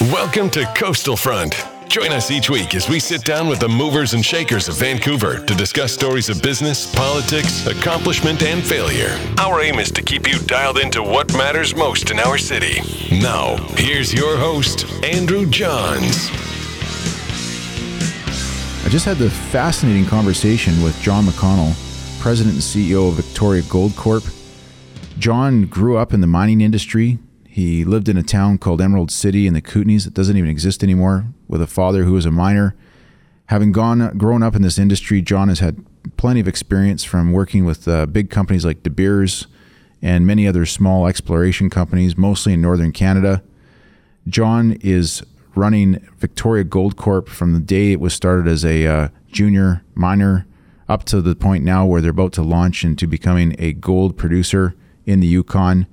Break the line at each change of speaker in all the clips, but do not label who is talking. Welcome to Coastal Front. Join us each week as we sit down with the movers and shakers of Vancouver to discuss stories of business, politics, accomplishment, and failure. Our aim is to keep you dialed into what matters most in our city. Now, here's your host, Andrew Johns.
I just had the fascinating conversation with John McConnell, president and CEO of Victoria Gold Corp. John grew up in the mining industry. He lived in a town called Emerald City in the Kootenays that doesn't even exist anymore with a father who was a miner. Having gone grown up in this industry, John has had plenty of experience from working with uh, big companies like De Beers and many other small exploration companies, mostly in northern Canada. John is running Victoria Gold Corp from the day it was started as a uh, junior miner up to the point now where they're about to launch into becoming a gold producer in the Yukon.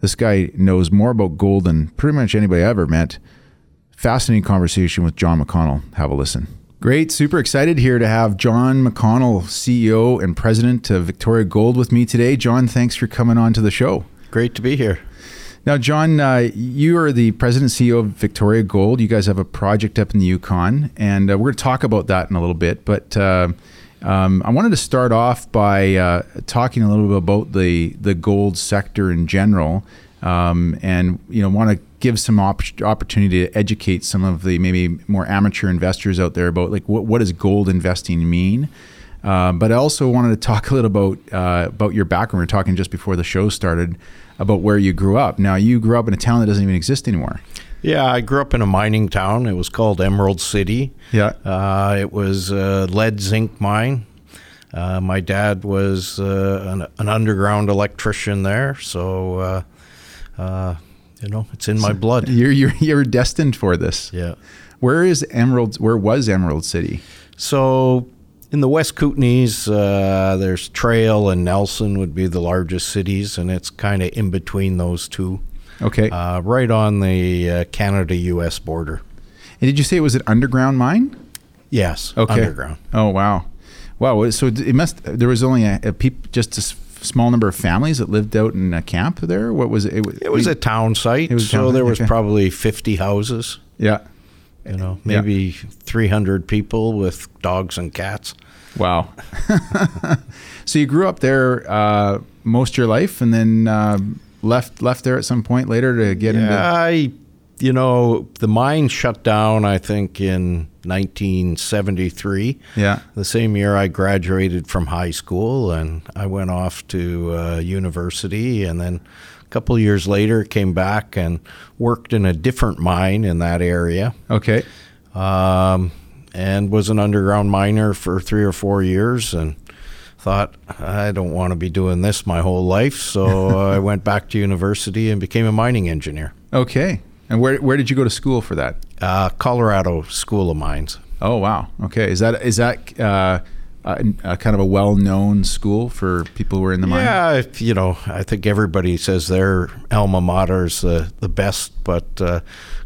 This guy knows more about gold than pretty much anybody I ever met. Fascinating conversation with John McConnell. Have a listen. Great, super excited here to have John McConnell, CEO and president of Victoria Gold, with me today. John, thanks for coming on to the show.
Great to be here.
Now, John, uh, you are the president and CEO of Victoria Gold. You guys have a project up in the Yukon, and uh, we're going to talk about that in a little bit. But uh, um, I wanted to start off by uh, talking a little bit about the the gold sector in general, um, and you know, want to give some op- opportunity to educate some of the maybe more amateur investors out there about like what what does gold investing mean. Uh, but I also wanted to talk a little about uh, about your background. We were talking just before the show started about where you grew up. Now you grew up in a town that doesn't even exist anymore.
Yeah, I grew up in a mining town. It was called Emerald City.
Yeah.
Uh, it was a lead zinc mine. Uh, my dad was uh, an, an underground electrician there, so uh, uh, you know it's in my blood.
You're you're, you're destined for this.
Yeah.
Where is Emerald? Where was Emerald City?
So in the West Kootenays, uh, there's Trail and Nelson would be the largest cities, and it's kind of in between those two,
Okay.
uh, right on the uh, Canada-U.S. border.
and did you say it was an underground mine?
Yes,
Okay.
underground.
Oh wow, wow. So it must. There was only a, a peop, just a s- small number of families that lived out in a camp there. What was it? It,
It was a town site,
It was a
so
town site,
there was
okay.
probably 50 houses,
yeah.
you know,
Yeah.
maybe 300 people with dogs and cats.
Wow. so you grew up there uh, most of your life, and then uh, left left there at some point later to get into.
I, you know, the mine shut down, I think, in 1973.
Yeah.
The same year I graduated from high school and I went off to uh, university and then a couple years later came back and worked in a different mine in that area.
Okay.
um, and was an underground miner for three or four years and thought i don't want to be doing this my whole life so i went back to university and became a mining engineer
Okay. And where where did you go to school for that?
uh, colorado school of mines
Oh wow. Okay. Is that is that uh, a, a kind of a well known school for people who are in the mine?
yeah if, you know i think everybody says their alma mater is the, the best but uh,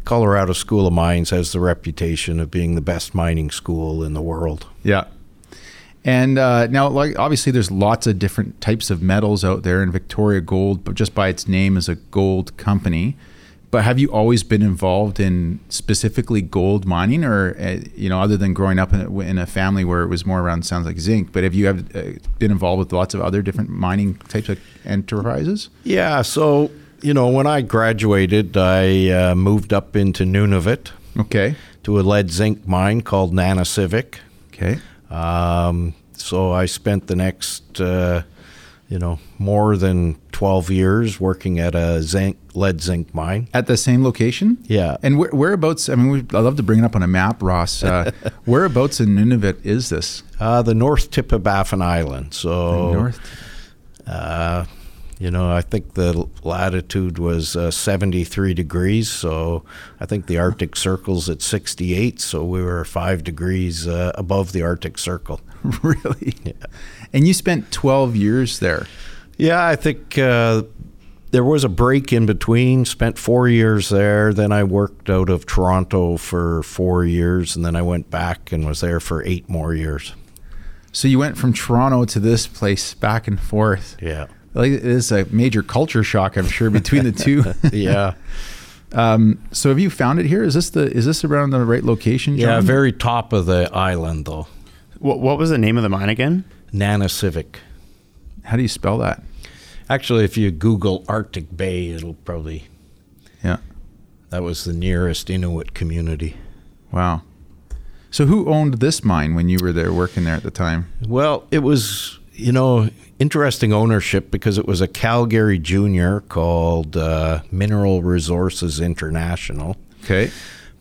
colorado school of mines has the reputation of being the best mining school in the world
Yeah. And uh, now, like obviously, there's lots of different types of metals out there, and Victoria Gold, but just by its name, is a gold company. But have you always been involved in specifically gold mining, or uh, you know, other than growing up in a, in a family where it was more around sounds like zinc? But have you have uh, been involved with lots of other different mining types of enterprises?
Yeah, so you know, when I graduated, I uh, moved up into Nunavut
Okay.
to a lead zinc mine called Nanasivic.
Okay.
Um, so I spent the next, uh, you know, more than twelve years working at a zinc lead zinc mine.
At the same location?
Yeah.
And where, whereabouts? I mean, we, I love to bring it up on a map, Ross. Uh, whereabouts in Nunavut is this?
Uh, the north tip of Baffin Island. So
North.
Uh, you know, I think the latitude was uh, 73 degrees, so I think the Arctic Circle's at 68, so we were five degrees uh, above the Arctic Circle.
really? And you spent 12 years there.
Yeah, I think uh, there was a break in between. Spent four years there, then I worked out of Toronto for four years, and then I went back and was there for eight more years.
So you went from Toronto to this place back and forth.
Yeah.
Like, it's a major culture shock, I'm sure, between the two.
yeah.
Um, so have you found it here? Is this the is this around the right location?
Yeah,
John?
very top of the island though.
What, what was the name of the mine again?
Nana Civic.
How do you spell that?
Actually, if you Google Arctic Bay, it'll probably
Yeah.
that was the nearest Inuit community.
Wow. So who owned this mine when you were there working there at the time?
Well, it was, you know, interesting ownership because it was a Calgary junior called uh, Mineral Resources International.
Okay.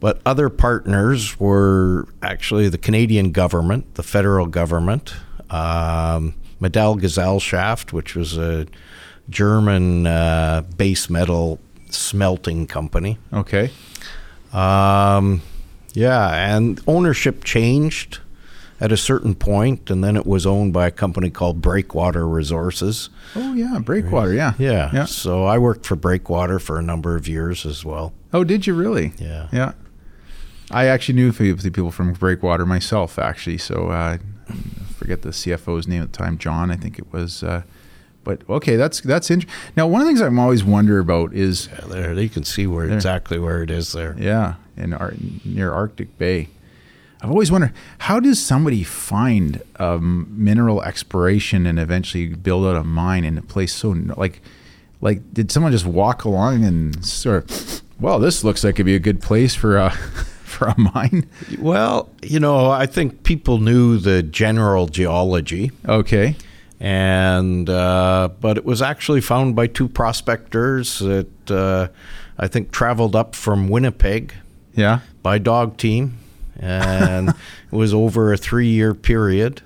But other partners were actually the Canadian government, the federal government, um, Medal Gesellschaft, which was a German uh, base metal smelting company.
Okay.
Um, yeah, and ownership changed at a certain point, and then it was owned by a company called Breakwater Resources.
Oh yeah, Breakwater. Yeah.
Yeah.
Yeah.
So I worked for Breakwater for a number of years as well.
Oh, did you really?
Yeah.
Yeah. I actually knew a few few people from Breakwater myself, actually. So uh, I forget the CFO's name at the time, John, I think it was. Uh, but okay, that's that's interesting. Now, one of the things I'm always wonder about is
Yeah, there you can see where exactly where it is there.
yeah, in Ar- near Arctic Bay. I've always wondered how does somebody find um, mineral exploration and eventually build out a mine in a place so like like did someone just walk along and sort of well this looks like it'd be a good place for a for a mine
Well, you know, I think people knew the general geology,
okay
and uh, but it was actually found by two prospectors that uh, I think traveled up from Winnipeg
yeah
by dog team, and it was over a three-year period,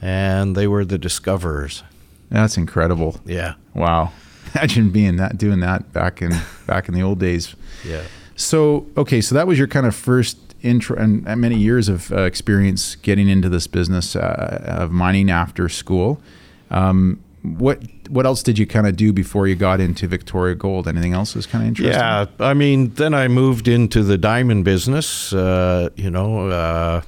and they were the discoverers.
that's incredible
Yeah,
wow imagine being that doing that back in back in the old days
yeah.
So okay, so that was your kind of first intro and and many years of uh, experience getting into this business uh, of mining after school. Um, what what else did you kind of do before you got into Victoria Gold? Anything else is kind of interesting?
Yeah, I mean, then I moved into the diamond business, uh, you know, uh,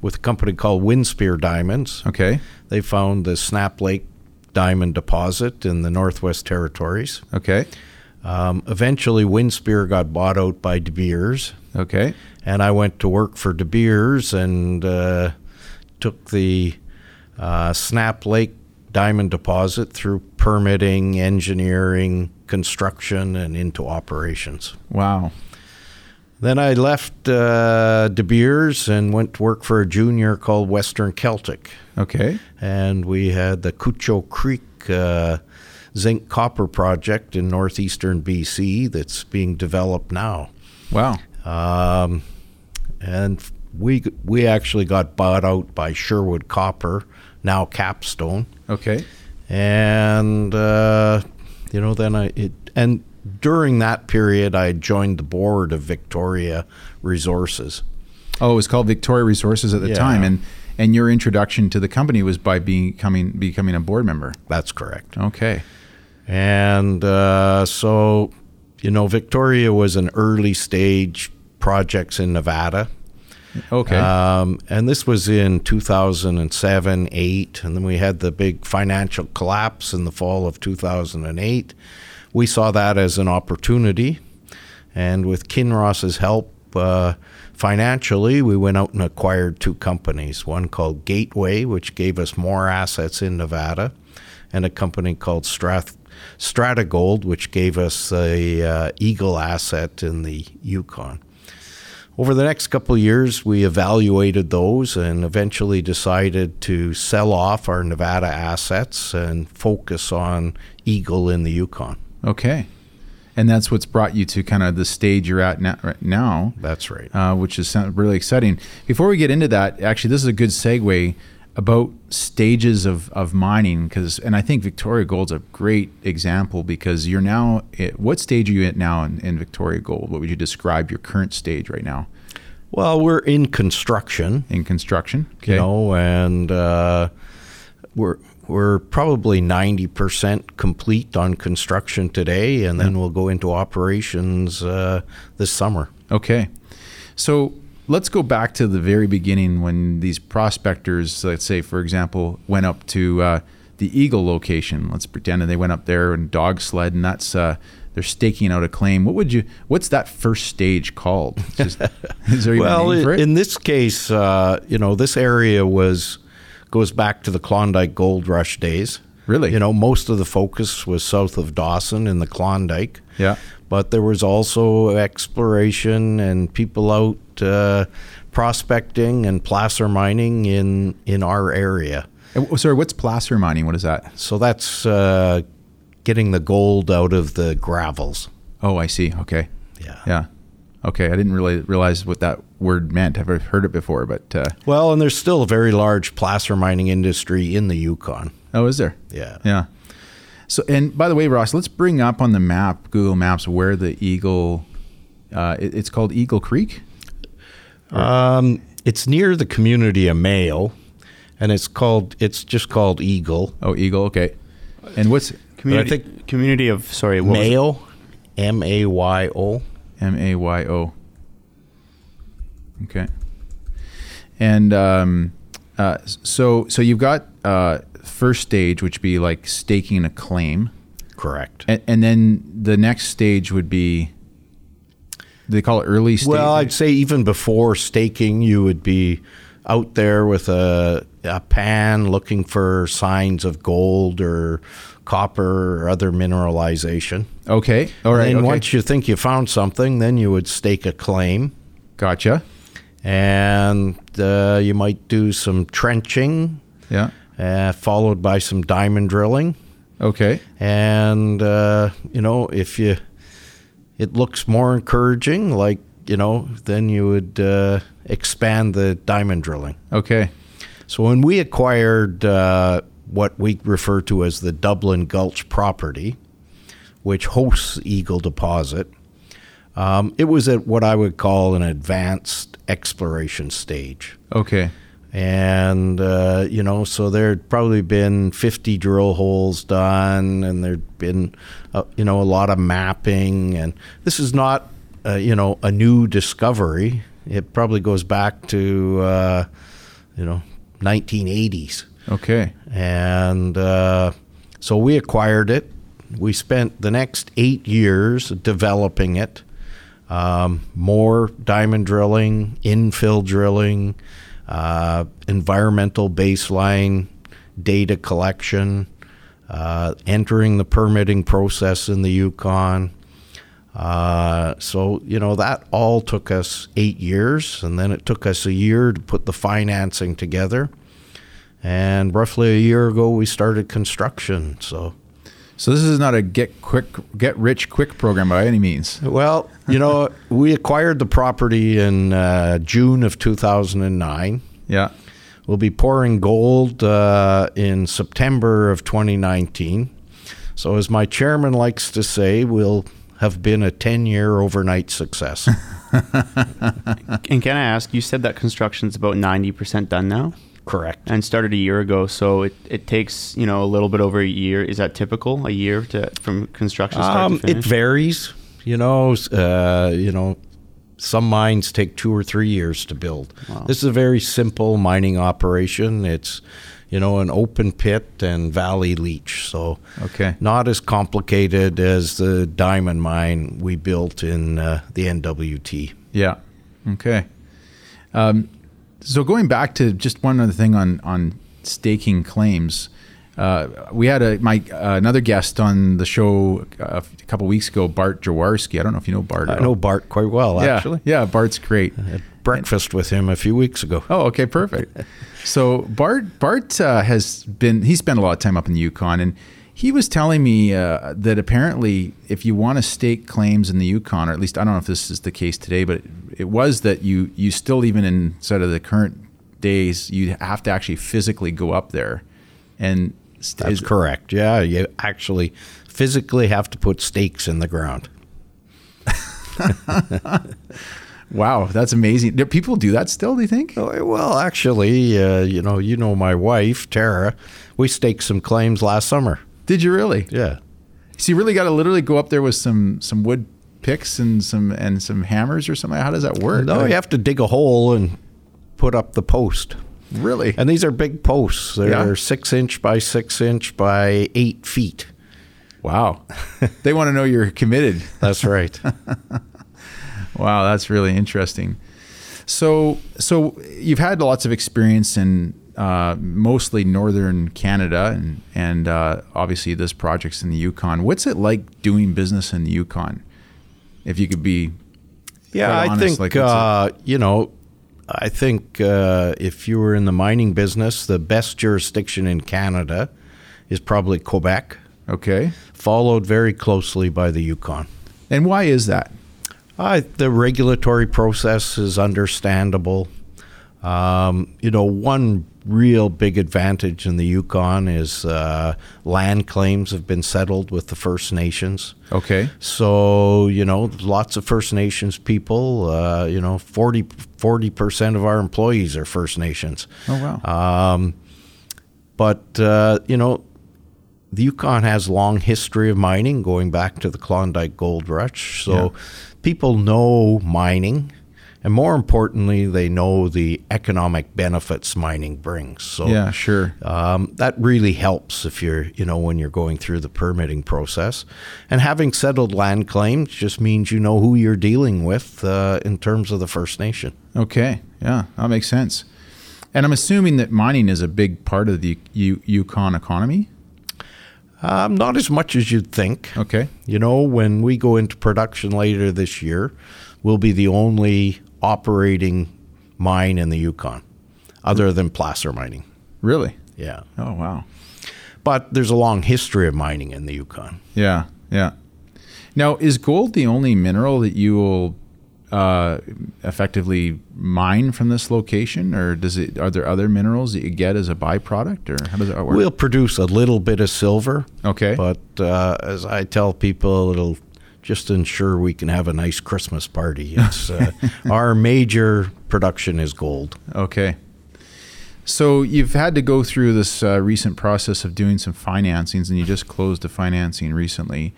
with a company called Windspear Diamonds.
Okay.
They found the Snap Lake diamond deposit in the Northwest Territories.
Okay.
Um, eventually, Windspear got bought out by De Beers,
Okay.
and I went to work for De Beers and uh, took the uh, Snap Lake diamond deposit through permitting, engineering, construction, and into operations.
Wow.
Then I left uh, De Beers and went to work for a junior called Western Celtic.
Okay.
And we had the Cucho Creek uh, zinc copper project in northeastern BC that's being developed now.
Wow.
Um, and we, we actually got bought out by Sherwood Copper, now Capstone
Okay.
and uh, you know then I it, and during that period I joined the board of Victoria Resources.
Oh, it was called Victoria Resources at the
Yeah.
time, and and your introduction to the company was by becoming becoming a board member.
That's correct.
Okay.
And uh, so you know Victoria was an early stage projects in Nevada.
Okay.
Um, and this was in 2007, 8, and then we had the big financial collapse in the fall of 2008. We saw that as an opportunity, and with Kinross's help uh, financially, we went out and acquired two companies, one called Gateway, which gave us more assets in Nevada, and a company called Strath- Stratagold, which gave us the uh, Eagle asset in the Yukon. Over the next couple of years, we evaluated those and eventually decided to sell off our Nevada assets and focus on Eagle in the Yukon.
Okay. And that's what's brought you to kind of the stage you're at now, right now
That's right.
uh, which is sound- really exciting. Before we get into that, actually, this is a good segue about stages of, of mining because, and I think Victoria Gold's a great example because you're now, at, what stage are you at now in, in Victoria Gold? What would you describe your current stage right now
Well, we're in construction,
in construction?
you know, and uh, we're we're probably 90% complete on construction today, and then we'll go into operations uh, this summer.
Okay. So let's go back to the very beginning when these prospectors, let's say, for example, went up to uh, the Eagle location. Let's pretend that they went up there and dog sled, and that's uh, they're staking out a claim. What would you? What's that first stage called? It's Just, is there even
well,
a name for it?
in this case, uh, you know, this area was goes back to the Klondike Gold Rush days.
Really?
you know, most of the focus was south of Dawson in the Klondike.
Yeah.
but there was also exploration and people out uh, prospecting and placer mining in in our area.
And Uh, w- Sorry, what's placer mining? What is that?
So that's uh, getting the gold out of the gravels.
Oh, I see. Okay.
Yeah.
Yeah. Okay. I didn't really realize what that word meant. I've heard it before, but uh,
Well, and there's still a very large placer mining industry in the Yukon.
oh, is there?
Yeah.
Yeah. So, and by the way, Ross, let's bring up on the map, Google Maps, where the Eagle. Uh, it- it's called Eagle Creek.
Um, it's near the community of Mayo, and it's called. It's just called Eagle.
Oh, Eagle. Okay. And what's
Community,
think-
community of sorry, what was it?
Mayo, M A Y O.
M A Y O? Okay. And um, uh, s- so, so you've got uh, first stage, which be like staking a claim,
Correct.
and, and then the next stage would be. They call it early stage.
Well, I'd say even before staking, you would be out there with a, a pan looking for signs of gold or copper or other mineralization.
okay. All right.
and
okay.
once you think you found something, then you would stake a claim.
gotcha.
And uh, you might do some trenching,
Yeah.
uh, followed by some diamond drilling.
Okay.
And, uh, you know, if you it looks more encouraging, like, you know, then you would uh, expand the diamond drilling.
Okay.
So when we acquired uh, what we refer to as the Dublin Gulch property, which hosts Eagle Deposit, um, it was at what I would call an advanced exploration stage.
Okay.
And, uh, you know, so there'd probably been 50 drill holes done, and there'd been, uh, you know, a lot of mapping. And this is not, uh, you know, a new discovery. It probably goes back to, uh, you know, 1980s.
Okay.
And uh, so we acquired it. We spent the next eight years developing it. Um, more diamond drilling, infill drilling, uh, environmental baseline data collection, uh, entering the permitting process in the Yukon. Uh, so, you know, that all took us eight years, and then it took us a year to put the financing together. And roughly a year ago, we started construction. So,
So this is not a get quick, get rich quick program by any means.
well, you know, we acquired the property in uh, June of 2009.
Yeah.
We'll be pouring gold uh, in September of 2019. So, as my chairman likes to say, we'll have been a 10 year overnight success.
And can I ask? You said that construction's about ninety percent done now,
Correct.
and started a year ago. So it, it takes you know a little bit over a year. Is that typical? A year to from construction start
Um,
to
it
finish.
varies. You know, s- uh, you know, some mines take two or three years to build. This is a very simple mining operation. It's, you know, an open pit and valley leach. So,
Okay.
not as complicated as the diamond mine we built in uh, the NWT.
Yeah. Okay. Um, so going back to just one other thing on on staking claims, uh, we had a my uh, another guest on the show uh, a couple weeks ago, Bart Jaworski. I don't know if you know Bart.
I know Bart quite well,
Oh. yeah,
actually.
yeah, Bart's great.
Breakfast with him a few weeks ago.
Oh, okay, perfect. So Bart Bart uh, has been he spent a lot of time up in the Yukon, and he was telling me uh, that apparently, if you want to stake claims in the Yukon, or at least I don't know if this is the case today, but it was that you you still even inside of the current days, you have to actually physically go up there, and st-
That's
is-
correct. Yeah, you actually physically have to put stakes in the ground.
Wow, that's amazing. Do people do that still? Do you think?
Oh, Well, actually, uh, you know, you know my wife Tara. We staked some claims last summer.
Did you really?
Yeah,
So you really got to literally go up there with some some wood picks and some and some hammers or something. How does that work?
no, you have to dig a hole and put up the post.
Really?
And these are big posts. They're
Yeah.
six inch by six inch by eight feet.
Wow. they want to know you're committed.
That's right.
Wow, that's really interesting. So, so you've had lots of experience in uh, mostly northern Canada, and and uh, obviously this project's in the Yukon. What's it like doing business in the Yukon? If you could be,
yeah,
quite
I
honest,
think
like, what's
uh, you know, I think uh, if you were in the mining business, the best jurisdiction in Canada is probably Quebec,
okay,
followed very closely by the Yukon.
and why is that?
Uh, the regulatory process is understandable. Um, you know, one real big advantage in the Yukon is uh, land claims have been settled with the First Nations.
Okay,
So, you know, lots of First Nations people, uh, you know, 40, 40% of our employees are First Nations.
oh wow,
But, uh, you know, the Yukon has long history of mining going back to the Klondike Gold Rush. So people know mining. And more importantly, they know the economic benefits mining brings. So
yeah, sure,
um, that really helps if you're, you know, when you're going through the permitting process. And having settled land claims just means you know who you're dealing with uh, in terms of the First Nation.
okay, yeah, that makes sense. And I'm assuming that mining is a big part of the U- Yukon economy.
Um, not as much as you'd think.
Okay,
You know, when we go into production later this year, we'll be the only operating mine in the Yukon, other than placer mining.
really?
Yeah.
Oh wow.
But there's a long history of mining in the Yukon.
Yeah, yeah. Now, is gold the only mineral that you will uh, effectively mine from this location, or does it? Are there other minerals that you get as a byproduct, or how does that work?
We'll produce a little bit of silver.
okay,
But uh, as I tell people, it'll just ensure we can have a nice Christmas party. It's, uh, our major production is gold.
okay. So you've had to go through this uh, recent process of doing some financings, and you just closed a financing recently.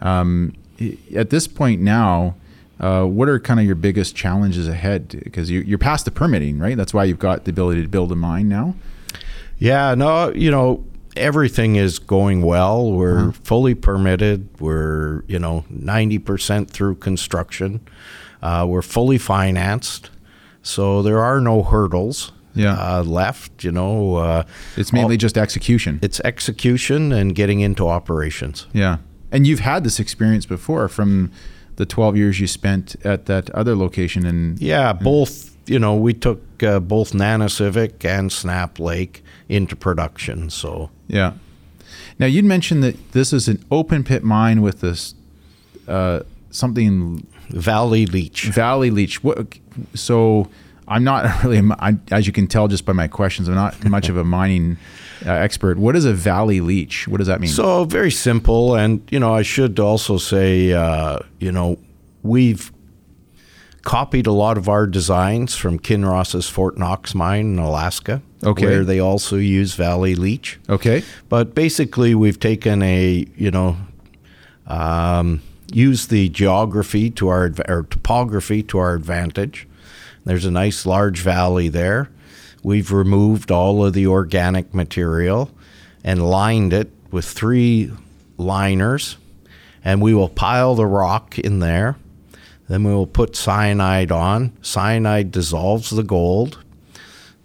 Um, i- at this point now. Uh, what are kind of your biggest challenges ahead? Because you, you're past the permitting, right? That's why you've got the ability to build a mine now.
Yeah, no, you know, everything is going well. We're fully permitted. We're, you know, 90% through construction. Uh, we're fully financed. So there are no hurdles
Yeah.
uh, left, you know. Uh,
It's mainly just execution.
it's execution and getting into operations.
yeah. And you've had this experience before from the 12 years you spent at that other location and
Yeah, both. You know, we took uh, both Nana Civic and Snap Lake into production. So
yeah. Now you'd mentioned that this is an open pit mine with this uh, something
Valley Leach.
valley leach. What, so I'm not really I, as you can tell just by my questions I'm not much of a mining uh, expert. What is a valley leach? What does that mean?
So very simple, and you know, I should also say, uh, you know, we've copied a lot of our designs from Kinross's Fort Knox mine in Alaska,
Okay.
where they also use Valley Leach.
okay.
But basically, we've taken a you know, um, used the geography to our adv- or topography to our advantage. There's a nice large valley there. We've removed all of the organic material and lined it with three liners, and we will pile the rock in there. Then we will put cyanide on. Cyanide dissolves the gold,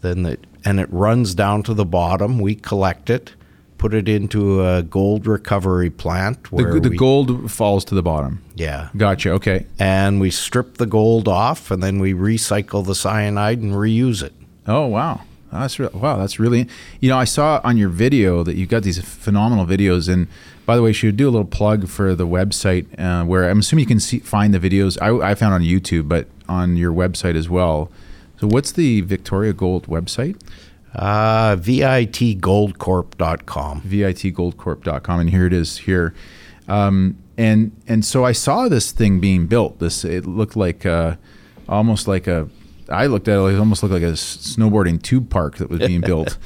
then it and it runs down to the bottom. We collect it, put it into a gold recovery plant where
The, the
we-
gold falls to the bottom.
yeah,
Gotcha. Okay.
and we strip the gold off, and then we recycle the cyanide and reuse it.
Oh wow, that's re- wow, that's really. You know, I saw on your video that you got these phenomenal videos, and by the way, should do a little plug for the website uh, where I'm assuming you can see, find the videos. I, I found on YouTube, but on your website as well. So, what's the Victoria Gold website?
Uh, VITGoldCorp.com.
vitgoldcorp.com, and here it is here. Um, and and so I saw this thing being built. This it looked like uh, almost like a. I looked at it, it almost looked like a s- snowboarding tube park that was being built.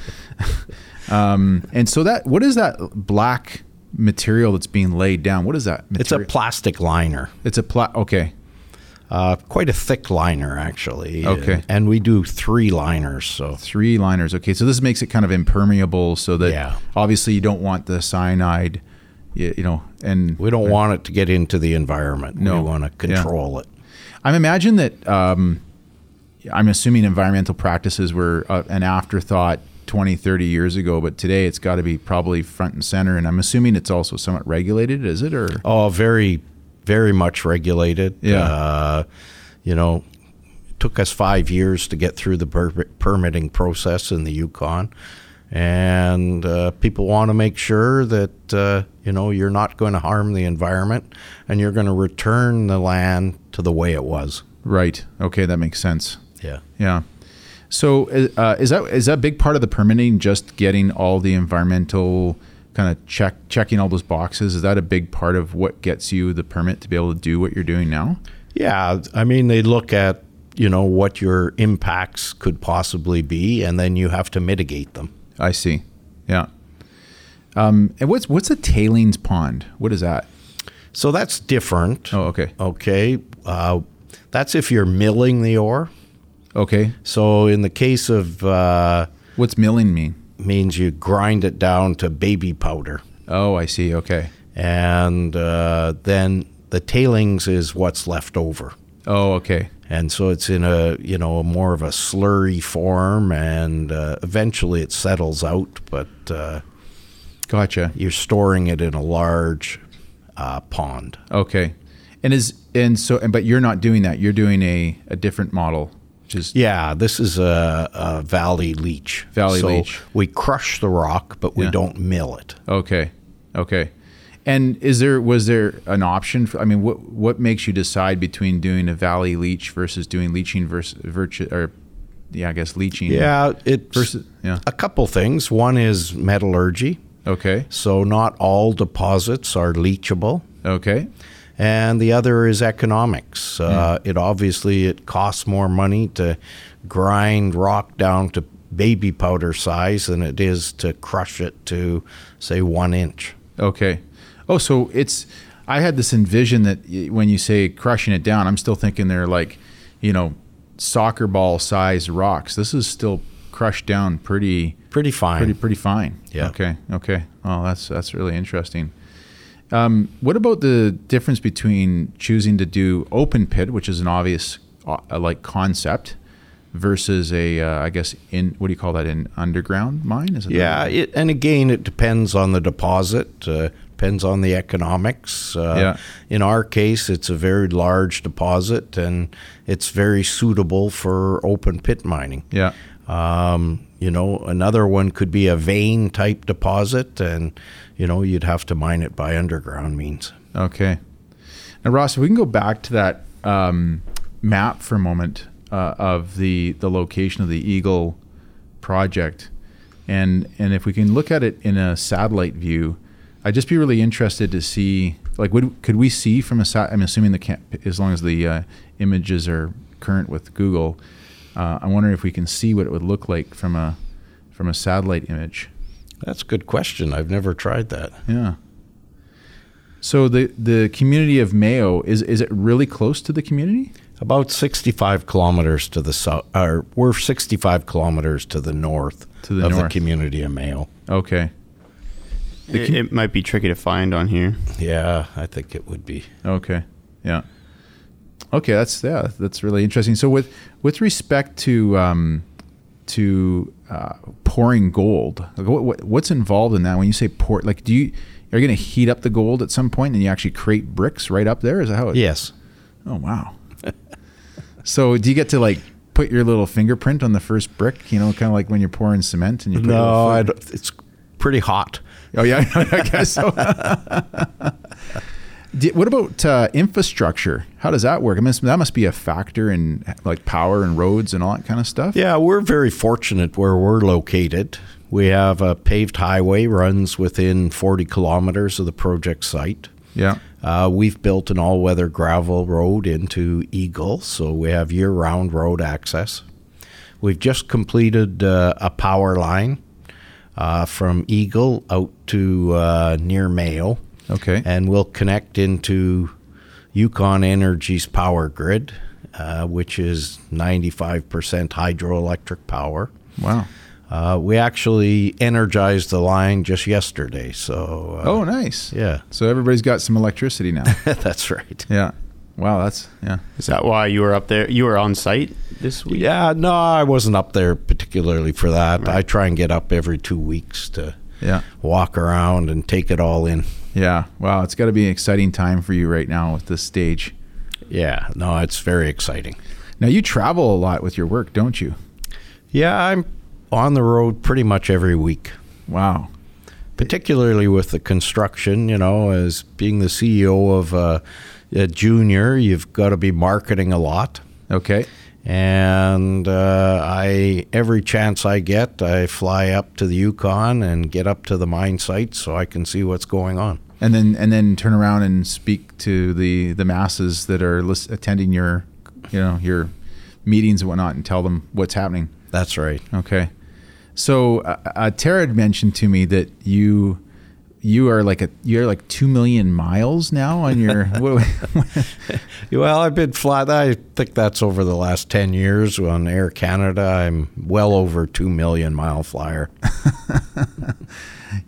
um, and so that what is that black material that's being laid down? What is that?
It's a
Material?
plastic liner,
It's a pla- okay.
uh, quite a thick liner, actually.
Okay.
And we do three liners. So,
three liners. Okay, so this makes it kind of impermeable, so that
Yeah.
obviously you don't want the cyanide you, you know, and
We don't want it to get into the environment.
No.
We want to
Yeah.
control it.
I'm imagine that. Um, I'm assuming environmental practices were uh, an afterthought 20, 30 years ago, but today it's got to be probably front and center. And I'm assuming it's also somewhat regulated, is it? Or
Oh, very, very much regulated.
Yeah.
Uh, you know, it took us five years to get through the per- permitting process in the Yukon. And uh, people want to make sure that, uh, you know, you're not going to harm the environment and you're going to return the land to the way it was.
right? Okay, that makes sense.
Yeah.
Yeah. So uh, is that is that a big part of the permitting? Just getting all the environmental kind of check checking all those boxes. Is that a big part of what gets you the permit to be able to do what you're doing now?
Yeah, I mean they look at you know what your impacts could possibly be, and then you have to mitigate them.
I see. Yeah. Um, and what's what's a tailings pond? What is that?
So that's different.
Oh, okay.
Okay, uh, that's if you're milling the ore.
Okay.
So in the case of uh,
What's milling mean?
means you grind it down to baby powder,
Oh, I see. Okay.
and uh, then the tailings is what's left over.
Oh, okay.
and so it's in a you know more of a slurry form, and uh, eventually it settles out. But uh,
Gotcha.
you're storing it in a large uh, pond.
Okay. And is and so and but you're not doing that. You're doing a a different model. Just
Yeah, this is a, a valley leach.
Valley
so
leach.
We crush the rock, but we
Yeah.
don't mill it.
Okay. Okay. And is there was there an option? For, I mean, what what makes you decide between doing a valley leach versus doing leaching versus virtue or yeah, I guess leaching.
Yeah, it's
Versus- yeah.
a couple things. One is metallurgy,
Okay.
so not all deposits are leachable.
Okay.
and the other is economics. Uh,
Hmm.
it obviously it costs more money to grind rock down to baby powder size than it is to crush it to say one inch.
Okay. Oh, so it's. I had this envision that y- when you say crushing it down, I'm still thinking they're like, you know, soccer ball sized rocks. This is still crushed down pretty,
Pretty fine.
pretty, pretty fine.
Yeah.
Okay. Okay. Oh, that's that's really interesting. Um, what about the difference between choosing to do open pit, which is an obvious uh, like concept, versus a uh, I guess in what do you call that an underground mine? Is it
yeah, it, and again, it depends on the deposit. Uh, depends on the economics. Uh,
Yeah.
In our case, it's a very large deposit, and it's very suitable for open pit mining.
Yeah.
Um, you know, another one could be a vein type deposit, and you know, you'd have to mine it by underground means.
Okay. Now, Ross, if we can go back to that um, map for a moment uh, of the the location of the Eagle project, and and if we can look at it in a satellite view, I'd just be really interested to see like would could we see from a sat? I'm assuming the camp, as long as the uh, images are current with Google, uh, I'm wondering if we can see what it would look like from a from a satellite image.
That's a good question. I've never tried that.
Yeah. So the the community of Mayo is is it really close to the community?
About 65 kilometers to the south, or we're 65 kilometers to the north
To the
of
north.
the community of Mayo.
Okay.
It, it might be tricky to find on here.
Yeah, I think it would be.
Okay. Yeah. Okay, that's yeah, that's really interesting. So with with respect to um, to uh, pouring gold, like what, what what's involved in that? When you say pour, like do you you're going to heat up the gold at some point and you actually create bricks right up there? Is that how it?
Yes.
Oh wow. so do you get to like put your little fingerprint on the first brick? You know, kind of like when you're pouring cement and you put your little
No,
foot-
I don't, it's pretty hot.
Oh yeah, I guess so. Di- what about uh, infrastructure? How does that work? I mean, that must be a factor in like power and roads and all that kind of stuff.
Yeah, we're very fortunate where we're located. We have a paved highway runs within 40 kilometers of the project site.
Yeah.
Uh, we've built an all weather gravel road into Eagle, so we have year round road access. We've just completed uh, a power line uh, from Eagle out to uh, near Mayo,
Okay.
and we'll connect into Yukon Energy's power grid, uh, which is 95% hydroelectric power.
wow.
Uh, we actually energized the line just yesterday. So, uh,
oh, nice.
yeah,
So everybody's got some electricity now.
that's right.
yeah. Wow. That's yeah.
Is that why you were up there? You were on site this week?
Yeah, no, I wasn't up there particularly for that. I try and get up every two weeks to
Yeah.
walk around and take it all in.
Yeah. Wow. It's got to be an exciting time for you right now with this stage.
Yeah, no, it's very exciting.
Now you travel a lot with your work, don't you?
Yeah, I'm on the road pretty much every week,
Wow.
particularly with the construction. You know, as being the CEO of uh, a junior, you've got to be marketing a lot.
Okay.
and uh, I every chance I get, I fly up to the Yukon and get up to the mine site so I can see what's going on.
And then and then turn around and speak to the the masses that are lis- attending your, you know, your meetings and whatnot, and tell them what's happening.
That's right.
Okay. So uh, uh, Tara had mentioned to me that you you are like a you're like two million miles now on your. what,
Well, I've been fly. I think that's over the last ten years on Air Canada. I'm well over two million mile flyer.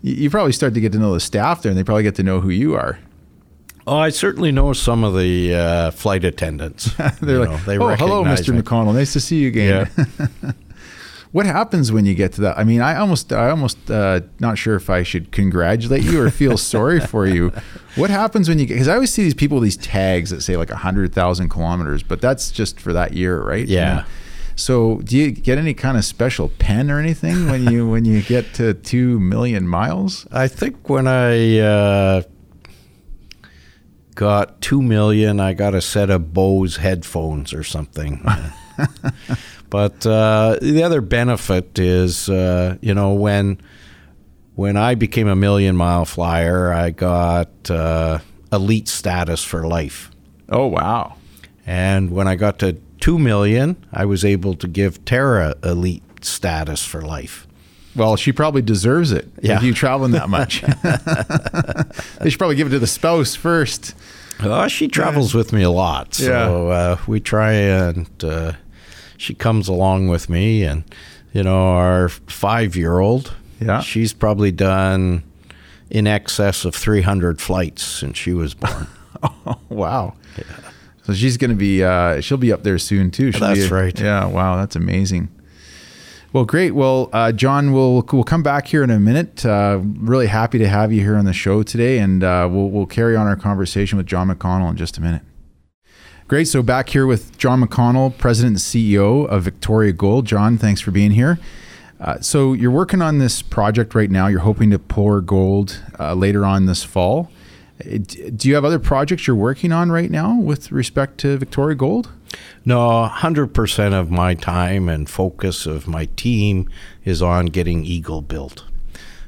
you- you probably start to get to know the staff there, and they probably get to know who you are.
Oh, I certainly know some of the uh, flight attendants.
They're like, oh, hello, Mr. McConnell. Nice to see you again. what happens when you get to that? I mean, I almost, I almost, uh, not sure if I should congratulate you or feel sorry for you. What happens when you get? Because I always see these people with these tags that say like hundred thousand kilometers, but that's just for that year, right? You
Yeah.
know? So, do you get any kind of special pen or anything when you when you get to two million miles?
I think when I uh, got two million, I got a set of Bose headphones or something. but uh, the other benefit is, uh, you know, when when I became a million mile flyer, I got uh, elite status for life,
Oh wow!
and when I got to two million, I was able to give Tara elite status for life.
Well, she probably deserves it.
Yeah.
If you traveling that much, they should probably give it to the spouse first.
Uh, she travels with me a lot, so
Yeah.
uh, we try and uh, she comes along with me. And you know, our five-year-old,
Yeah.
she's probably done in excess of 300 flights since she was born.
Wow. So she's going to be, uh, she'll be up there soon too. She'll
That's
be-
right.
Yeah. Wow. That's amazing. Well, great. Well, uh, John, we'll we'll come back here in a minute. Uh, really happy to have you here on the show today, and uh, we'll we'll carry on our conversation with John McConnell in just a minute. Great. So back here with John McConnell, President and CEO of Victoria Gold. John, thanks for being here. Uh, so you're working on this project right now. You're hoping to pour gold uh, later on this fall. Uh, d- Do you have other projects you're working on right now with respect to Victoria Gold?
no, 100% of my time and focus of my team is on getting Eagle built.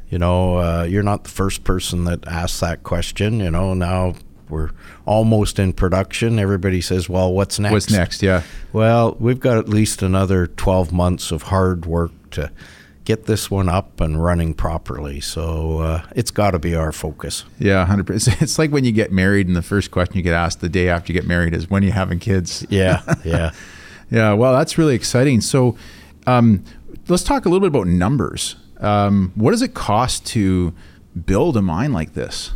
You know, uh, you're not the first person that asks that question. You know, now we're almost in production. Everybody says, well, what's next?
What's next? Yeah.
Well, we've got at least another 12 months of hard work to get this one up and running properly. So uh, it's got to be our focus.
Yeah, hundred percent. It's like when you get married, and the first question you get asked the day after you get married is, "When are you having kids?"
Yeah, yeah.
Yeah, well, that's really exciting. So, um, let's talk a little bit about numbers. Um, what does it cost to build a mine like this?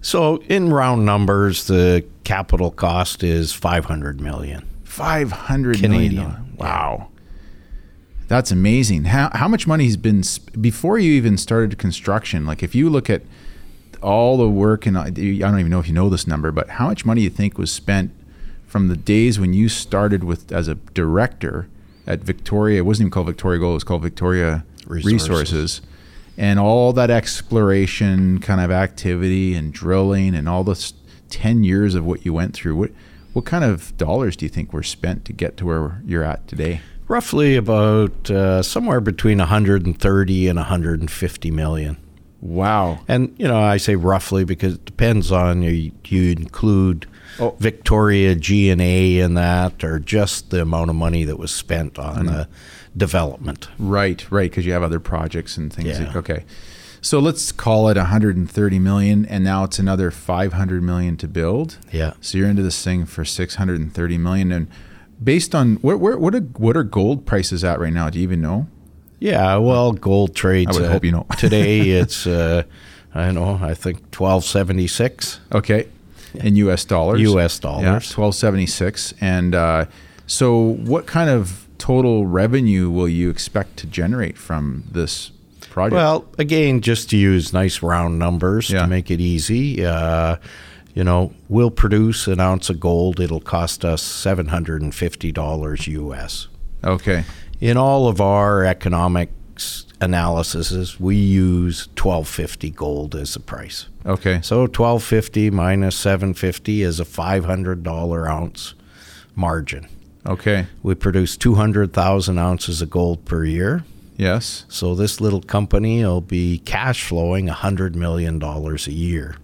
so in round numbers, the capital cost is 500 million.
Five hundred million.
Canadian,
dollars. Wow, that's amazing. How how much money has been sp- before you even started construction? Like, if you look at all the work, and I I don't even know if you know this number, but how much money you think was spent from the days when you started with as a director at Victoria? It wasn't even called Victoria Gold; it was called Victoria
Resources.
Resources. And all that exploration kind of activity and drilling and all this ten years of what you went through. What what kind of dollars do you think were spent to get to where you're at today?
Roughly about uh, somewhere between 130 and 150 million.
Wow.
And you know, I say roughly because it depends on you, you include
Oh.
Victoria G and A in that, or just the amount of money that was spent on
Mm-hmm.
the development.
Right, right, because you have other projects and things.
Yeah.
okay, so let's call it 130 million, and now it's another 500 million to build.
Yeah.
So you're into this thing for 630 million, and based on where, where what are, what are gold prices at right now? Do you even know?
Yeah, well, gold trades.
I would hope you know.
today it's, uh, I don't know, I think twelve seventy six.
Okay. In U.S. dollars.
US
Yeah,
dollars.
twelve seventy six. And uh, so, what kind of total revenue will you expect to generate from this project?
Well, again, just to use nice round numbers
Yeah.
to make it easy. Uh, you know, we'll produce an ounce of gold. It'll cost us seven hundred and fifty dollars U.S.
okay.
In all of our economics analyses, we use twelve fifty gold as the price.
Okay.
So twelve fifty minus seven fifty is a five hundred dollar ounce margin.
Okay.
We produce two hundred thousand ounces of gold per year.
Yes.
So this little company will be cash flowing hundred million dollars a year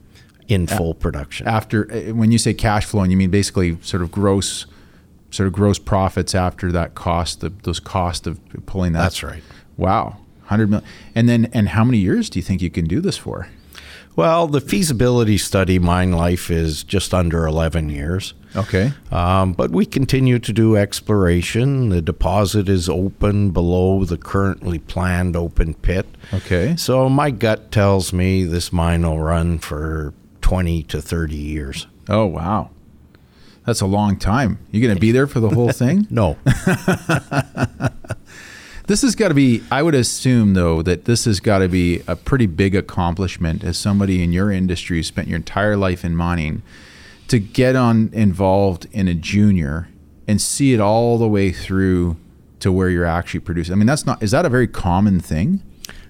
in full production.
After eh, when you say cash flowing, you mean basically sort of gross, sort of gross profits after that cost, the, those cost of pulling that.
That's right.
Wow. Hundred million. And then, and how many years do you think you can do this for?
Well, the feasibility study mine life is just under eleven years.
Okay.
Um, but we continue to do exploration. The deposit is open below the currently planned open pit.
Okay.
So my gut tells me this mine will run for 20 to 30 years.
Oh wow, that's a long time. You're gonna be there for the whole thing.
No.
This has got to be. I would assume though that this has got to be a pretty big accomplishment as somebody in your industry who spent your entire life in mining to get on involved in a junior and see it all the way through to where you're actually producing. I mean, that's not. Is that a very common thing?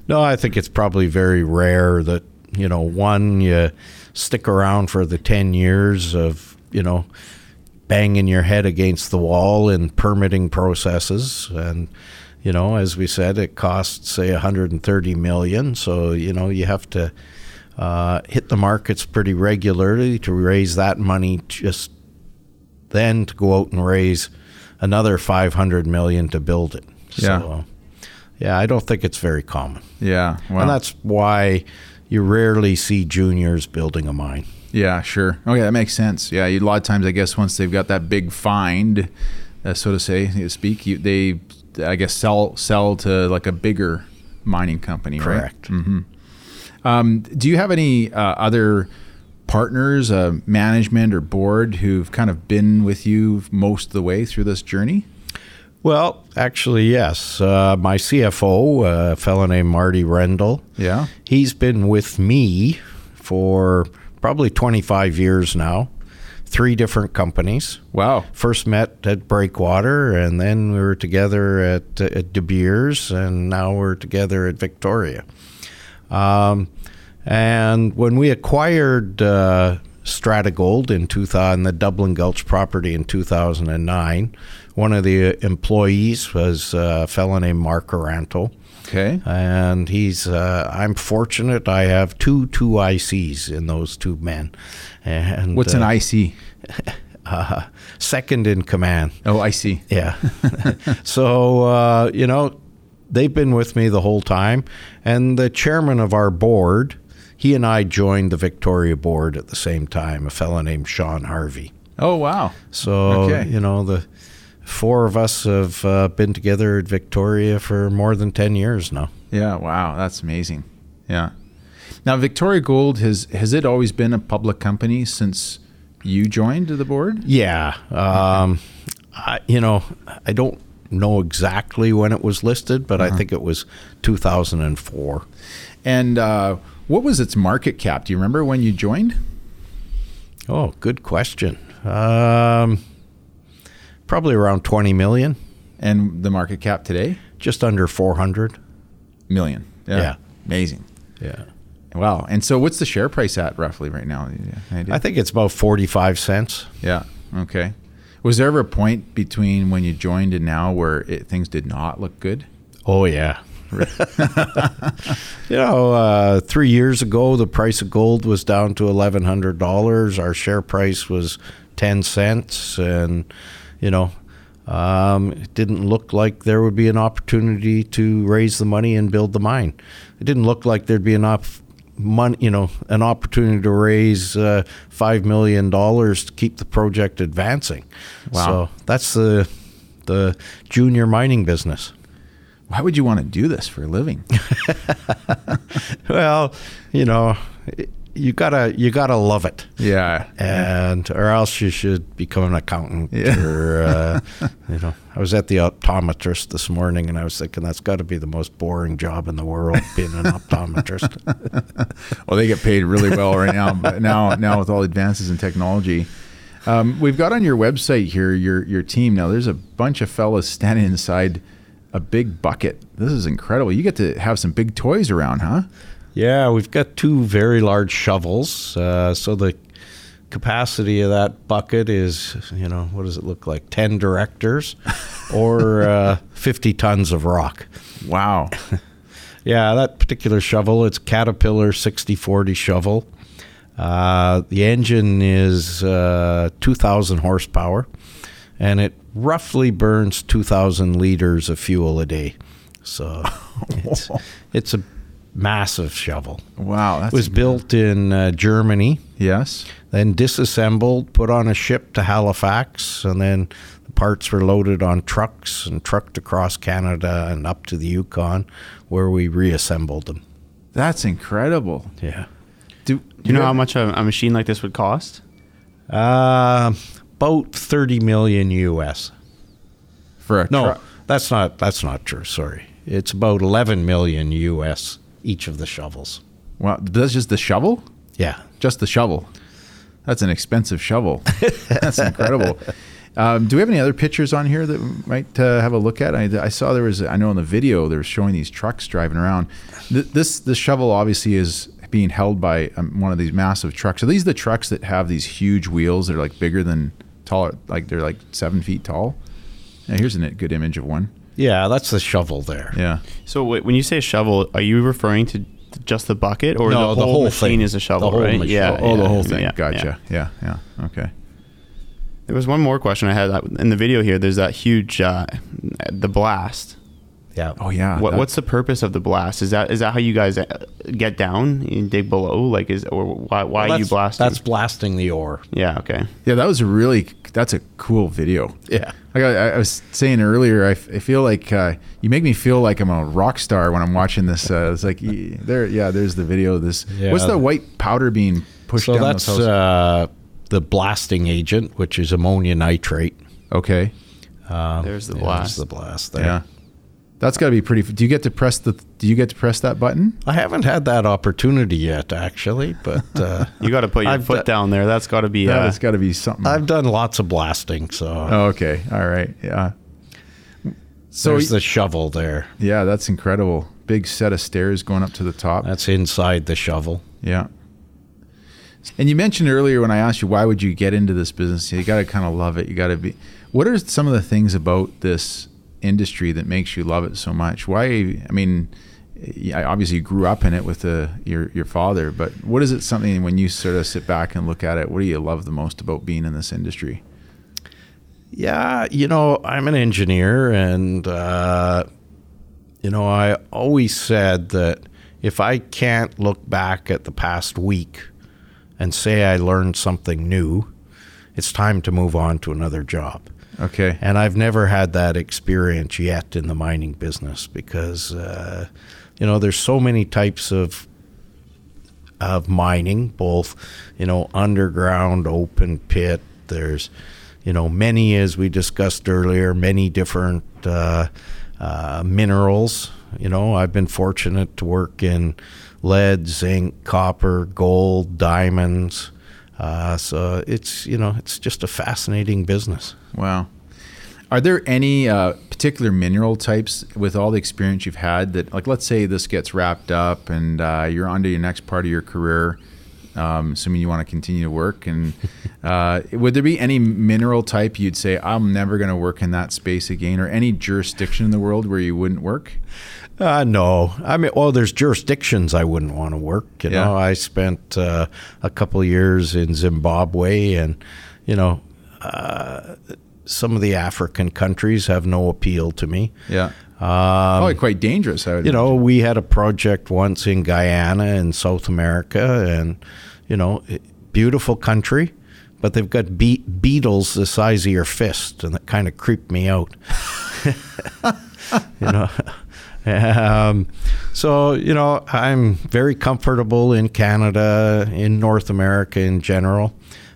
no, I think it's probably very rare that, you know, one, you stick around for the 10 years of, you know, banging your head against the wall in permitting processes and you know as we said it costs say 130 million so you know you have to uh, hit the markets pretty regularly to raise that money just then to go out and raise another 500 million to build it
Yeah.
so yeah i don't think it's very common
Yeah. Wow.
and that's why you rarely see juniors building a mine
Yeah, sure. Okay, that makes sense. Yeah, you, a lot of times, I guess, once they've got that big find, uh, so to say, you speak, you, they, I guess, sell sell to like a bigger mining company, right? Mm.
correct
Do you have any uh, other partners, uh, management or board who've kind of been with you most of the way through this journey?
Well, actually, yes. Uh, my CFO, uh, a fellow named Marty Rendell,
Yeah.
he's been with me for probably 25 years now, three different companies.
Wow.
First met at Breakwater, and then we were together at, at De Beers, and now we're together at Victoria. Um, and when we acquired uh, Stratagold in 2000, the Dublin Gulch property in 2009, one of the uh, employees was a fellow named Mark Aranto.
Okay.
And he's, uh, I'm fortunate I have two two ICs in those two men. And
What's
uh,
an IC?
uh, second in command.
Oh, I see.
Yeah. so, uh, you know, they've been with me the whole time. And the chairman of our board, he and I joined the Victoria board at the same time, a fellow named Sean Harvey.
Oh, wow.
So,
Okay.
you know, the four of us have uh, been together at Victoria for more than 10 years now.
Yeah, wow, that's amazing. Yeah. Now Victoria Gold has has it always been a public company since you joined the board?
Yeah. Um, I, you know, I don't know exactly when it was listed, but I think it was 2004.
And uh, what was its market cap? Do you remember when you joined?
Oh, good question. Um, probably around 20 million,
And the market cap today?
just under 400.
Million.
Yeah.
Amazing.
Yeah.
Wow. And so what's the share price at roughly right now? Yeah, idea?
I think it's about 45 cents.
yeah. Okay. Was there ever a point between when you joined and now where it, things did not look good?
Oh, yeah. you know, uh, three years ago, the price of gold was down to $1,100. Our share price was 10 cents. And, you know, um, it didn't look like there would be an opportunity to raise the money and build the mine. It didn't look like there'd be enough money, you know, an opportunity to raise uh, $5 million to keep the project advancing.
Wow.
So that's the, the junior mining business.
why would you want to do this for a living?
Well, you know, it- you gotta you gotta love it.
yeah.
and or else you should become an accountant
Yeah.
or uh, you know i was at the optometrist this morning and i was thinking that's got to be the most boring job in the world being an optometrist
Well, they get paid really well right now. But now, now with all advances in technology, um, we've got on your website here your your team. Now, there's a bunch of fellas standing inside a big bucket. This is incredible. You get to have some big toys around, huh?
yeah we've got two very large shovels uh, so the capacity of that bucket is you know what does it look like 10 directors or uh, 50 tons of rock
Wow.
Yeah, that particular shovel, it's Caterpillar 6040 shovel. Uh, the engine is uh, 2,000 horsepower, and it roughly burns 2,000 liters of fuel a day. So it's, it's a massive shovel.
Wow. That's
It was built in uh, Germany,
yes.
then disassembled, put on a ship to Halifax, and then the parts were loaded on trucks and trucked across Canada and up to the Yukon, where we reassembled them.
That's incredible.
Yeah.
Do, do
Do you know how much a, a machine like this would cost?
Uh, about 30 million US.
for a
No,
truck?
that's not that's not true, sorry. It's about 11 million US each of the shovels.
Wow. That's just the shovel.
Yeah.
Just the shovel. That's an expensive shovel. That's incredible. Um, do we have any other pictures on here that we might uh, have a look at? I, I saw there was, I know in the video, they were showing these trucks driving around. Th- this this shovel obviously is being held by um, one of these massive trucks. Are these the trucks that have these huge wheels that are like bigger than taller, like they're like seven feet tall? Now, here's a good image of one.
Yeah, that's the shovel there.
Yeah.
So wait, when you say shovel, are you referring to just the bucket, or
No,
the,
the
whole
whole
machine
thing.
is a
The
shovel,
whole
right?
machine.
Yeah.
Oh,
yeah,
the whole thing.
yeah, yeah.
gotcha. Yeah. yeah. Okay.
There was one more question I had uh, in the video here. There's that huge, uh, the blast.
Yeah.
Oh, yeah.
What,
that-
what's the purpose of the blast? Is that is that how you guys uh, get down and dig below? Like, is or why why are you
That's-
blasting?
That's blasting the ore.
yeah. Okay.
Yeah, that was a really that's a cool video.
Yeah.
Like I, I was saying earlier, I, f- I feel like uh, you make me feel like I'm a rock star when I'm watching this. Uh, it's like y- there, yeah. There's the video. Of this
Yeah.
what's the white powder being pushed
So
down?
that's
those houses?
uh, the blasting agent, which is ammonia nitrate.
okay.
There's the
um, Yeah,
blast.
That's the blast there.
Yeah, that's got to be pretty. f- Do you get to press the? Do you get to press that button?
I haven't had that opportunity yet, actually, but uh,
you got to put your
I've
foot
d-
down there. That's got to be.
Yeah,
Uh,
it's got to be something.
I've done lots of blasting. So
oh, okay, all right, yeah. So
there's the shovel there.
yeah, that's incredible. Big set of stairs going up to the top.
That's inside the shovel.
Yeah. And you mentioned earlier when I asked you why would you get into this business, you got to kind of love it. You got to be. What are some of the things about this industry that makes you love it so much? Why? I mean, yeah, obviously you grew up in it with uh your your father, but what is it something when you sort of sit back and look at it? What do you love the most about being in this industry?
Yeah, you know, I'm an engineer, and uh, you know, I always said that if I can't look back at the past week and say I learned something new, it's time to move on to another job.
Okay.
And I've never had that experience yet in the mining business because, uh, you know, there's so many types of of mining, both, you know, underground, open pit. There's, you know, many as we discussed earlier, many different uh, uh, minerals. You know, I've been fortunate to work in lead, zinc, copper, gold, diamonds. Uh, so it's you know it's just a fascinating business.
Wow. Are there any uh, particular mineral types with all the experience you've had that, like, let's say this gets wrapped up and uh, you're on to your next part of your career, um, assuming you want to continue to work? And uh, would there be any mineral type you'd say, I'm never going to work in that space again, or any jurisdiction in the world where you wouldn't work?
Uh, no, I mean, well, there's jurisdictions I wouldn't want to work. You
Yeah.
know, I spent uh, a couple of years in Zimbabwe, and you know, uh, some of the African countries have no appeal to me.
Yeah. Probably quite dangerous. I would
Um, You know, we had a project once in Guyana in South America, and you know, it- beautiful country, but they've got be- beetles the size of your fist, and that kind of creeped me out. you know, Um, so, you know, I'm very comfortable in Canada, in North America in general.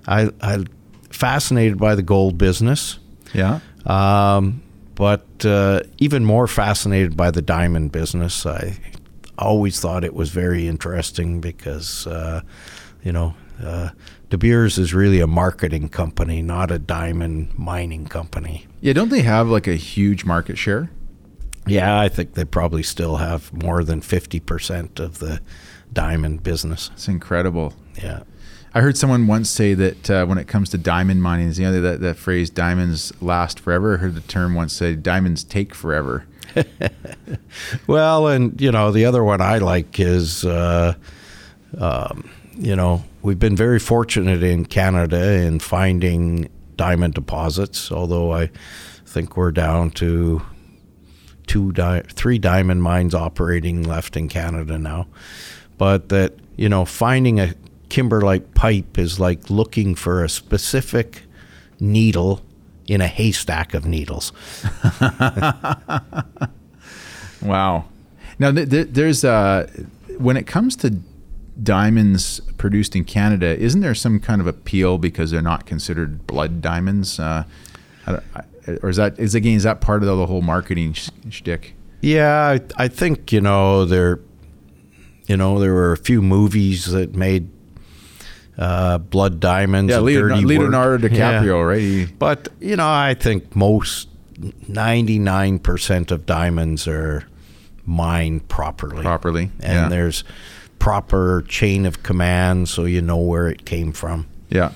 I, I'm fascinated by the gold business,
Yeah.
um, but uh, even more fascinated by the diamond business. I always thought it was very interesting because, uh, you know, uh, De Beers is really a marketing company, not a diamond mining company.
Yeah. Don't they have like a huge market share?
Yeah, I think they probably still have more than 50% of the diamond business.
It's incredible.
Yeah.
I heard someone once say that uh, when it comes to diamond mining, you know that, that phrase "diamonds last forever." I heard the term once say "diamonds take forever."
Well, and, you know, the other one I like is, uh, um, you know, we've been very fortunate in Canada in finding diamond deposits, although I think we're down to two di- three diamond mines operating left in Canada now. But that, you know, finding a kimberlite pipe is like looking for a specific needle in a haystack of needles.
Wow. Now th- th- there's uh, when it comes to diamonds produced in Canada, isn't there some kind of appeal because they're not considered blood diamonds? Uh, I don't- I- or is that is again is that part of the whole marketing sh- shtick?
Yeah, I, I think you know there, you know there were a few movies that made uh, blood diamonds.
Yeah,
and
Leonardo,
dirty work.
Leonardo
Yeah.
DiCaprio, right? He-
But you know, I think most ninety nine percent of diamonds are mined properly.
properly.
and
yeah.
there's proper chain of command, so you know where it came from.
yeah,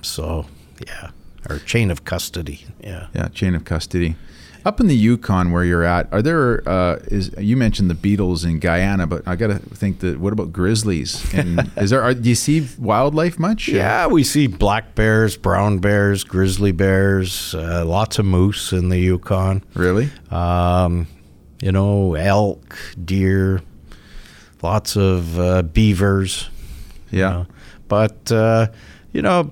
So yeah, or chain of custody. Yeah.
yeah, chain of custody. Up in the Yukon where you're at, are there? Uh, is you mentioned the Beatles in Guyana, but I gotta think that what about grizzlies? And is there? Are, do you see wildlife much?
Yeah, we see black bears, brown bears, grizzly bears, uh, lots of moose in the Yukon.
Really?
Um, you know, elk, deer, lots of uh, beavers.
Yeah.
you know. But uh, you know,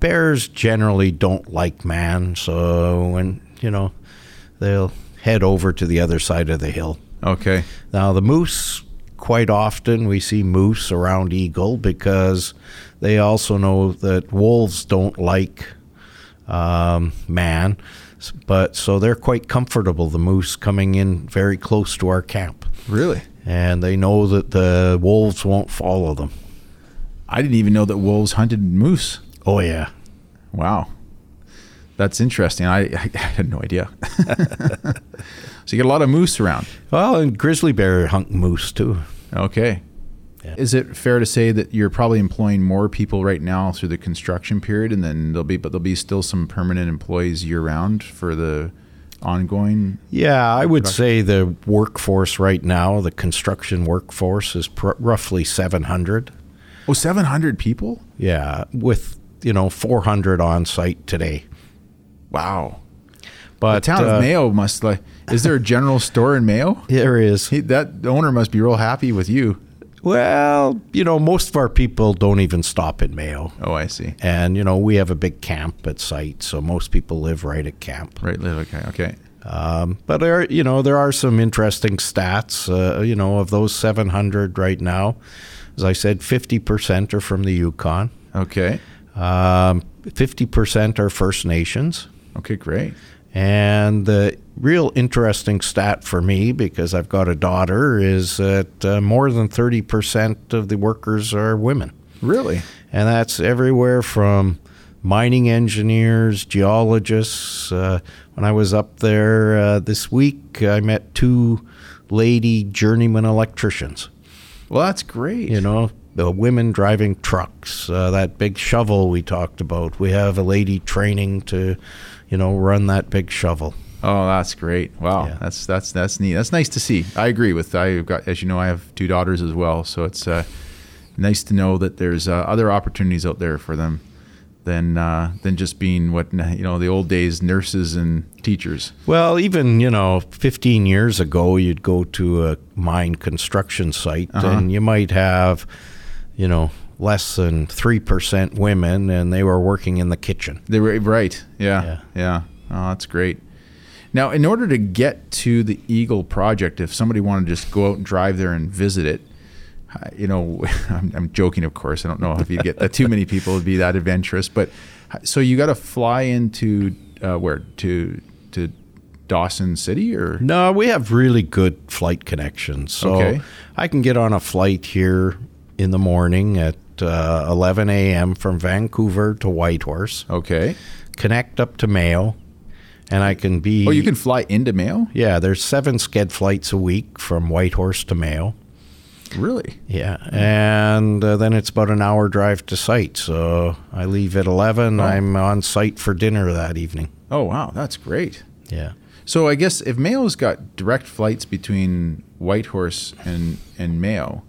bears generally don't like man, so when you know, they'll head over to the other side of the hill.
Okay.
Now, the moose, quite often we see moose around eagle because they also know that wolves don't like um, man. S- But so they're quite comfortable, the moose coming in very close to our camp.
Really?
And they know that the wolves won't follow them.
I didn't even know that wolves hunted moose.
Oh, yeah.
Wow. That's interesting. I, I had no idea. so you get a lot of moose around.
Well, and grizzly bear hunt moose too.
Okay.
Yeah.
Is it fair to say that you're probably employing more people right now through the construction period, and then there'll be, but there'll be still some permanent employees year round for the ongoing?
Yeah, I would say the workforce right now, the construction workforce, is pr- roughly 700.
Oh, 700 people?
Yeah, with you know 400 on site today.
Wow.
But
The town
uh,
of Mayo must like. Is there a general store in Mayo?
there is
He, that owner must be real happy with you.
well, you know, most of our people don't even stop in Mayo,
Oh, I see.
and you know we have a big camp at site, so most people live right at camp.
Right. live, Okay. Okay.
Um, but there, are- you know, there are some interesting stats. Uh, you know, of those 700 right now, as I said, 50% are from the Yukon.
Okay.
Um, 50% are First Nations.
Okay. Great.
And the real interesting stat for me, because I've got a daughter, is that uh, more than 30% of the workers are women.
Really?
And that's everywhere from mining engineers, geologists. Uh, when I was up there uh, this week, I met two lady journeyman electricians.
Well, that's great.
You know, the women driving trucks, uh, that big shovel we talked about. We have a lady training to, you know, run that big shovel.
Oh, that's great. Wow.
Yeah.
That's that's that's neat. That's nice to see. I agree with. I've got, as you know, I have two daughters as well, so it's uh, nice to know that there's uh, other opportunities out there for them than uh, than just being what you know the old days nurses and teachers.
Well, even, you know, 15 years ago, you'd go to a mine construction site
Uh-huh.
and you might have, you know, less than 3% women and they were working in the kitchen.
They were right. Yeah.
Yeah.
Yeah. Oh, that's great. Now, in order to get to the Eagle project, if somebody wanted to just go out and drive there and visit it, uh, you know, I'm, I'm joking, of course. I don't know if you get that too many people would be that adventurous, but uh, so you got to fly into uh, where to to Dawson City or
No, we have really good flight connections. So
Okay.
I can get on a flight here in the morning at uh, 11 a.m. from Vancouver to Whitehorse,
okay.
connect up to Mayo, and I can be.
Oh, you can fly into Mayo,
Yeah, there's seven sked flights a week from Whitehorse to Mayo.
really?
Yeah, and uh, then it's about an hour drive to site. So I leave at 11. I'm on site for dinner that evening.
Oh, wow, that's great.
Yeah.
So I guess if Mayo's got direct flights between Whitehorse and and Mayo,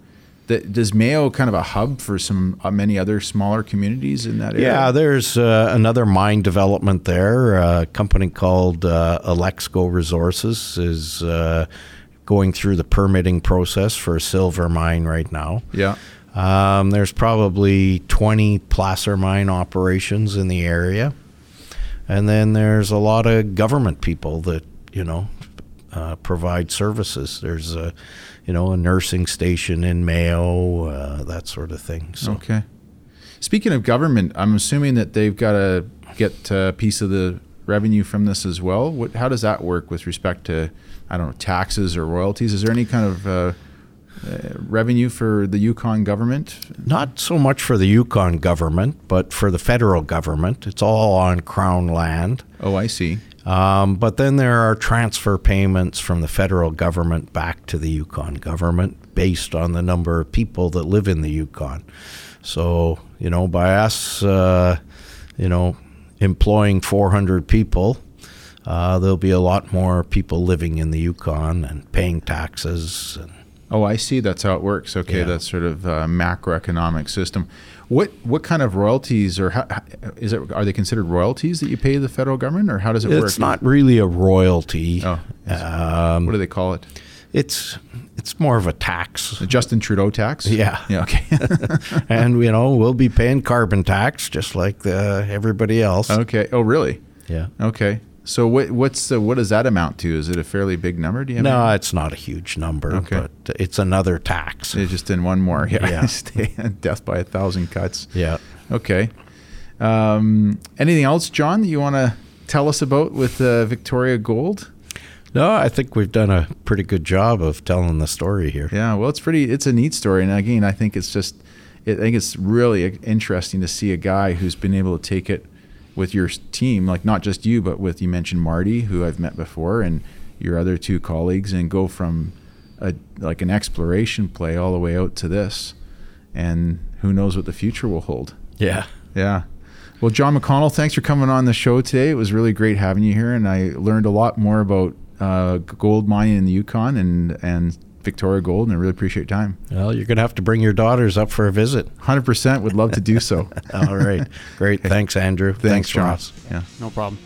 that does Mayo kind of a hub for some uh, many other smaller communities in that area?
Yeah, there's uh, another mine development there. A company called uh, Alexco Resources is uh, going through the permitting process for a silver mine right now.
yeah.
Um, there's probably 20 placer mine operations in the area. And then there's a lot of government people that, you know, uh, provide services. There's a, you know, a nursing station in Mayo, uh, that sort of thing. So
Okay. Speaking of government, I'm assuming that they've got to get uh, a piece of the revenue from this as well. What, how does that work with respect to, I don't know, taxes or royalties? Is there any kind of uh, uh, revenue for the Yukon government?
not so much for the Yukon government, but for the federal government. It's all on Crown land.
Oh, I see.
Um, but then there are transfer payments from the federal government back to the Yukon government based on the number of people that live in the Yukon. So, you know, by us, uh, you know, employing 400 people, uh, there'll be a lot more people living in the Yukon and paying taxes. And
Oh, I see. That's how it works. Okay,
Yeah.
that's sort of uh, macroeconomic system. What what kind of royalties or how, is it? Are they considered royalties that you pay the federal government, or how does it work?
it's not really a royalty.
Oh,
um,
What do they call it?
it's it's more of a tax.
The Justin Trudeau tax.
Yeah.
Yeah. Okay.
and you know we'll be paying carbon tax just like the, everybody else.
okay. Oh, really?
Yeah.
Okay. So what what's the, what does that amount to? Is it a fairly big number? Do you have
No, it's not a huge number,
Okay.
but it's another tax.
any- It's just in one more. Yeah.
Yeah.
yeah. Death by a thousand cuts.
yeah.
Okay. Um, anything else, John? That you want to tell us about with uh, Victoria Gold?
No, I think we've done a pretty good job of telling the story here.
Yeah, well, it's pretty. It's a neat story, and again, I think it's just, it, I think it's really interesting to see a guy who's been able to take it with your s- team, like not just you, but with you mentioned Marty, who I've met before, and your other two colleagues, and go from a like an exploration play all the way out to this, and who knows what the future will hold.
Yeah.
Yeah. Well, John McConnell, thanks for coming on the show today. It was really great having you here, and I learned a lot more about uh, gold mining in the Yukon and and Victoria Gold, and I really appreciate your time.
Well, you're going to have to bring your daughters up for a visit.
100% would love to do so.
All right. Great. Thanks, Andrew. Thanks,
John.
Ross.
Yeah.
No problem.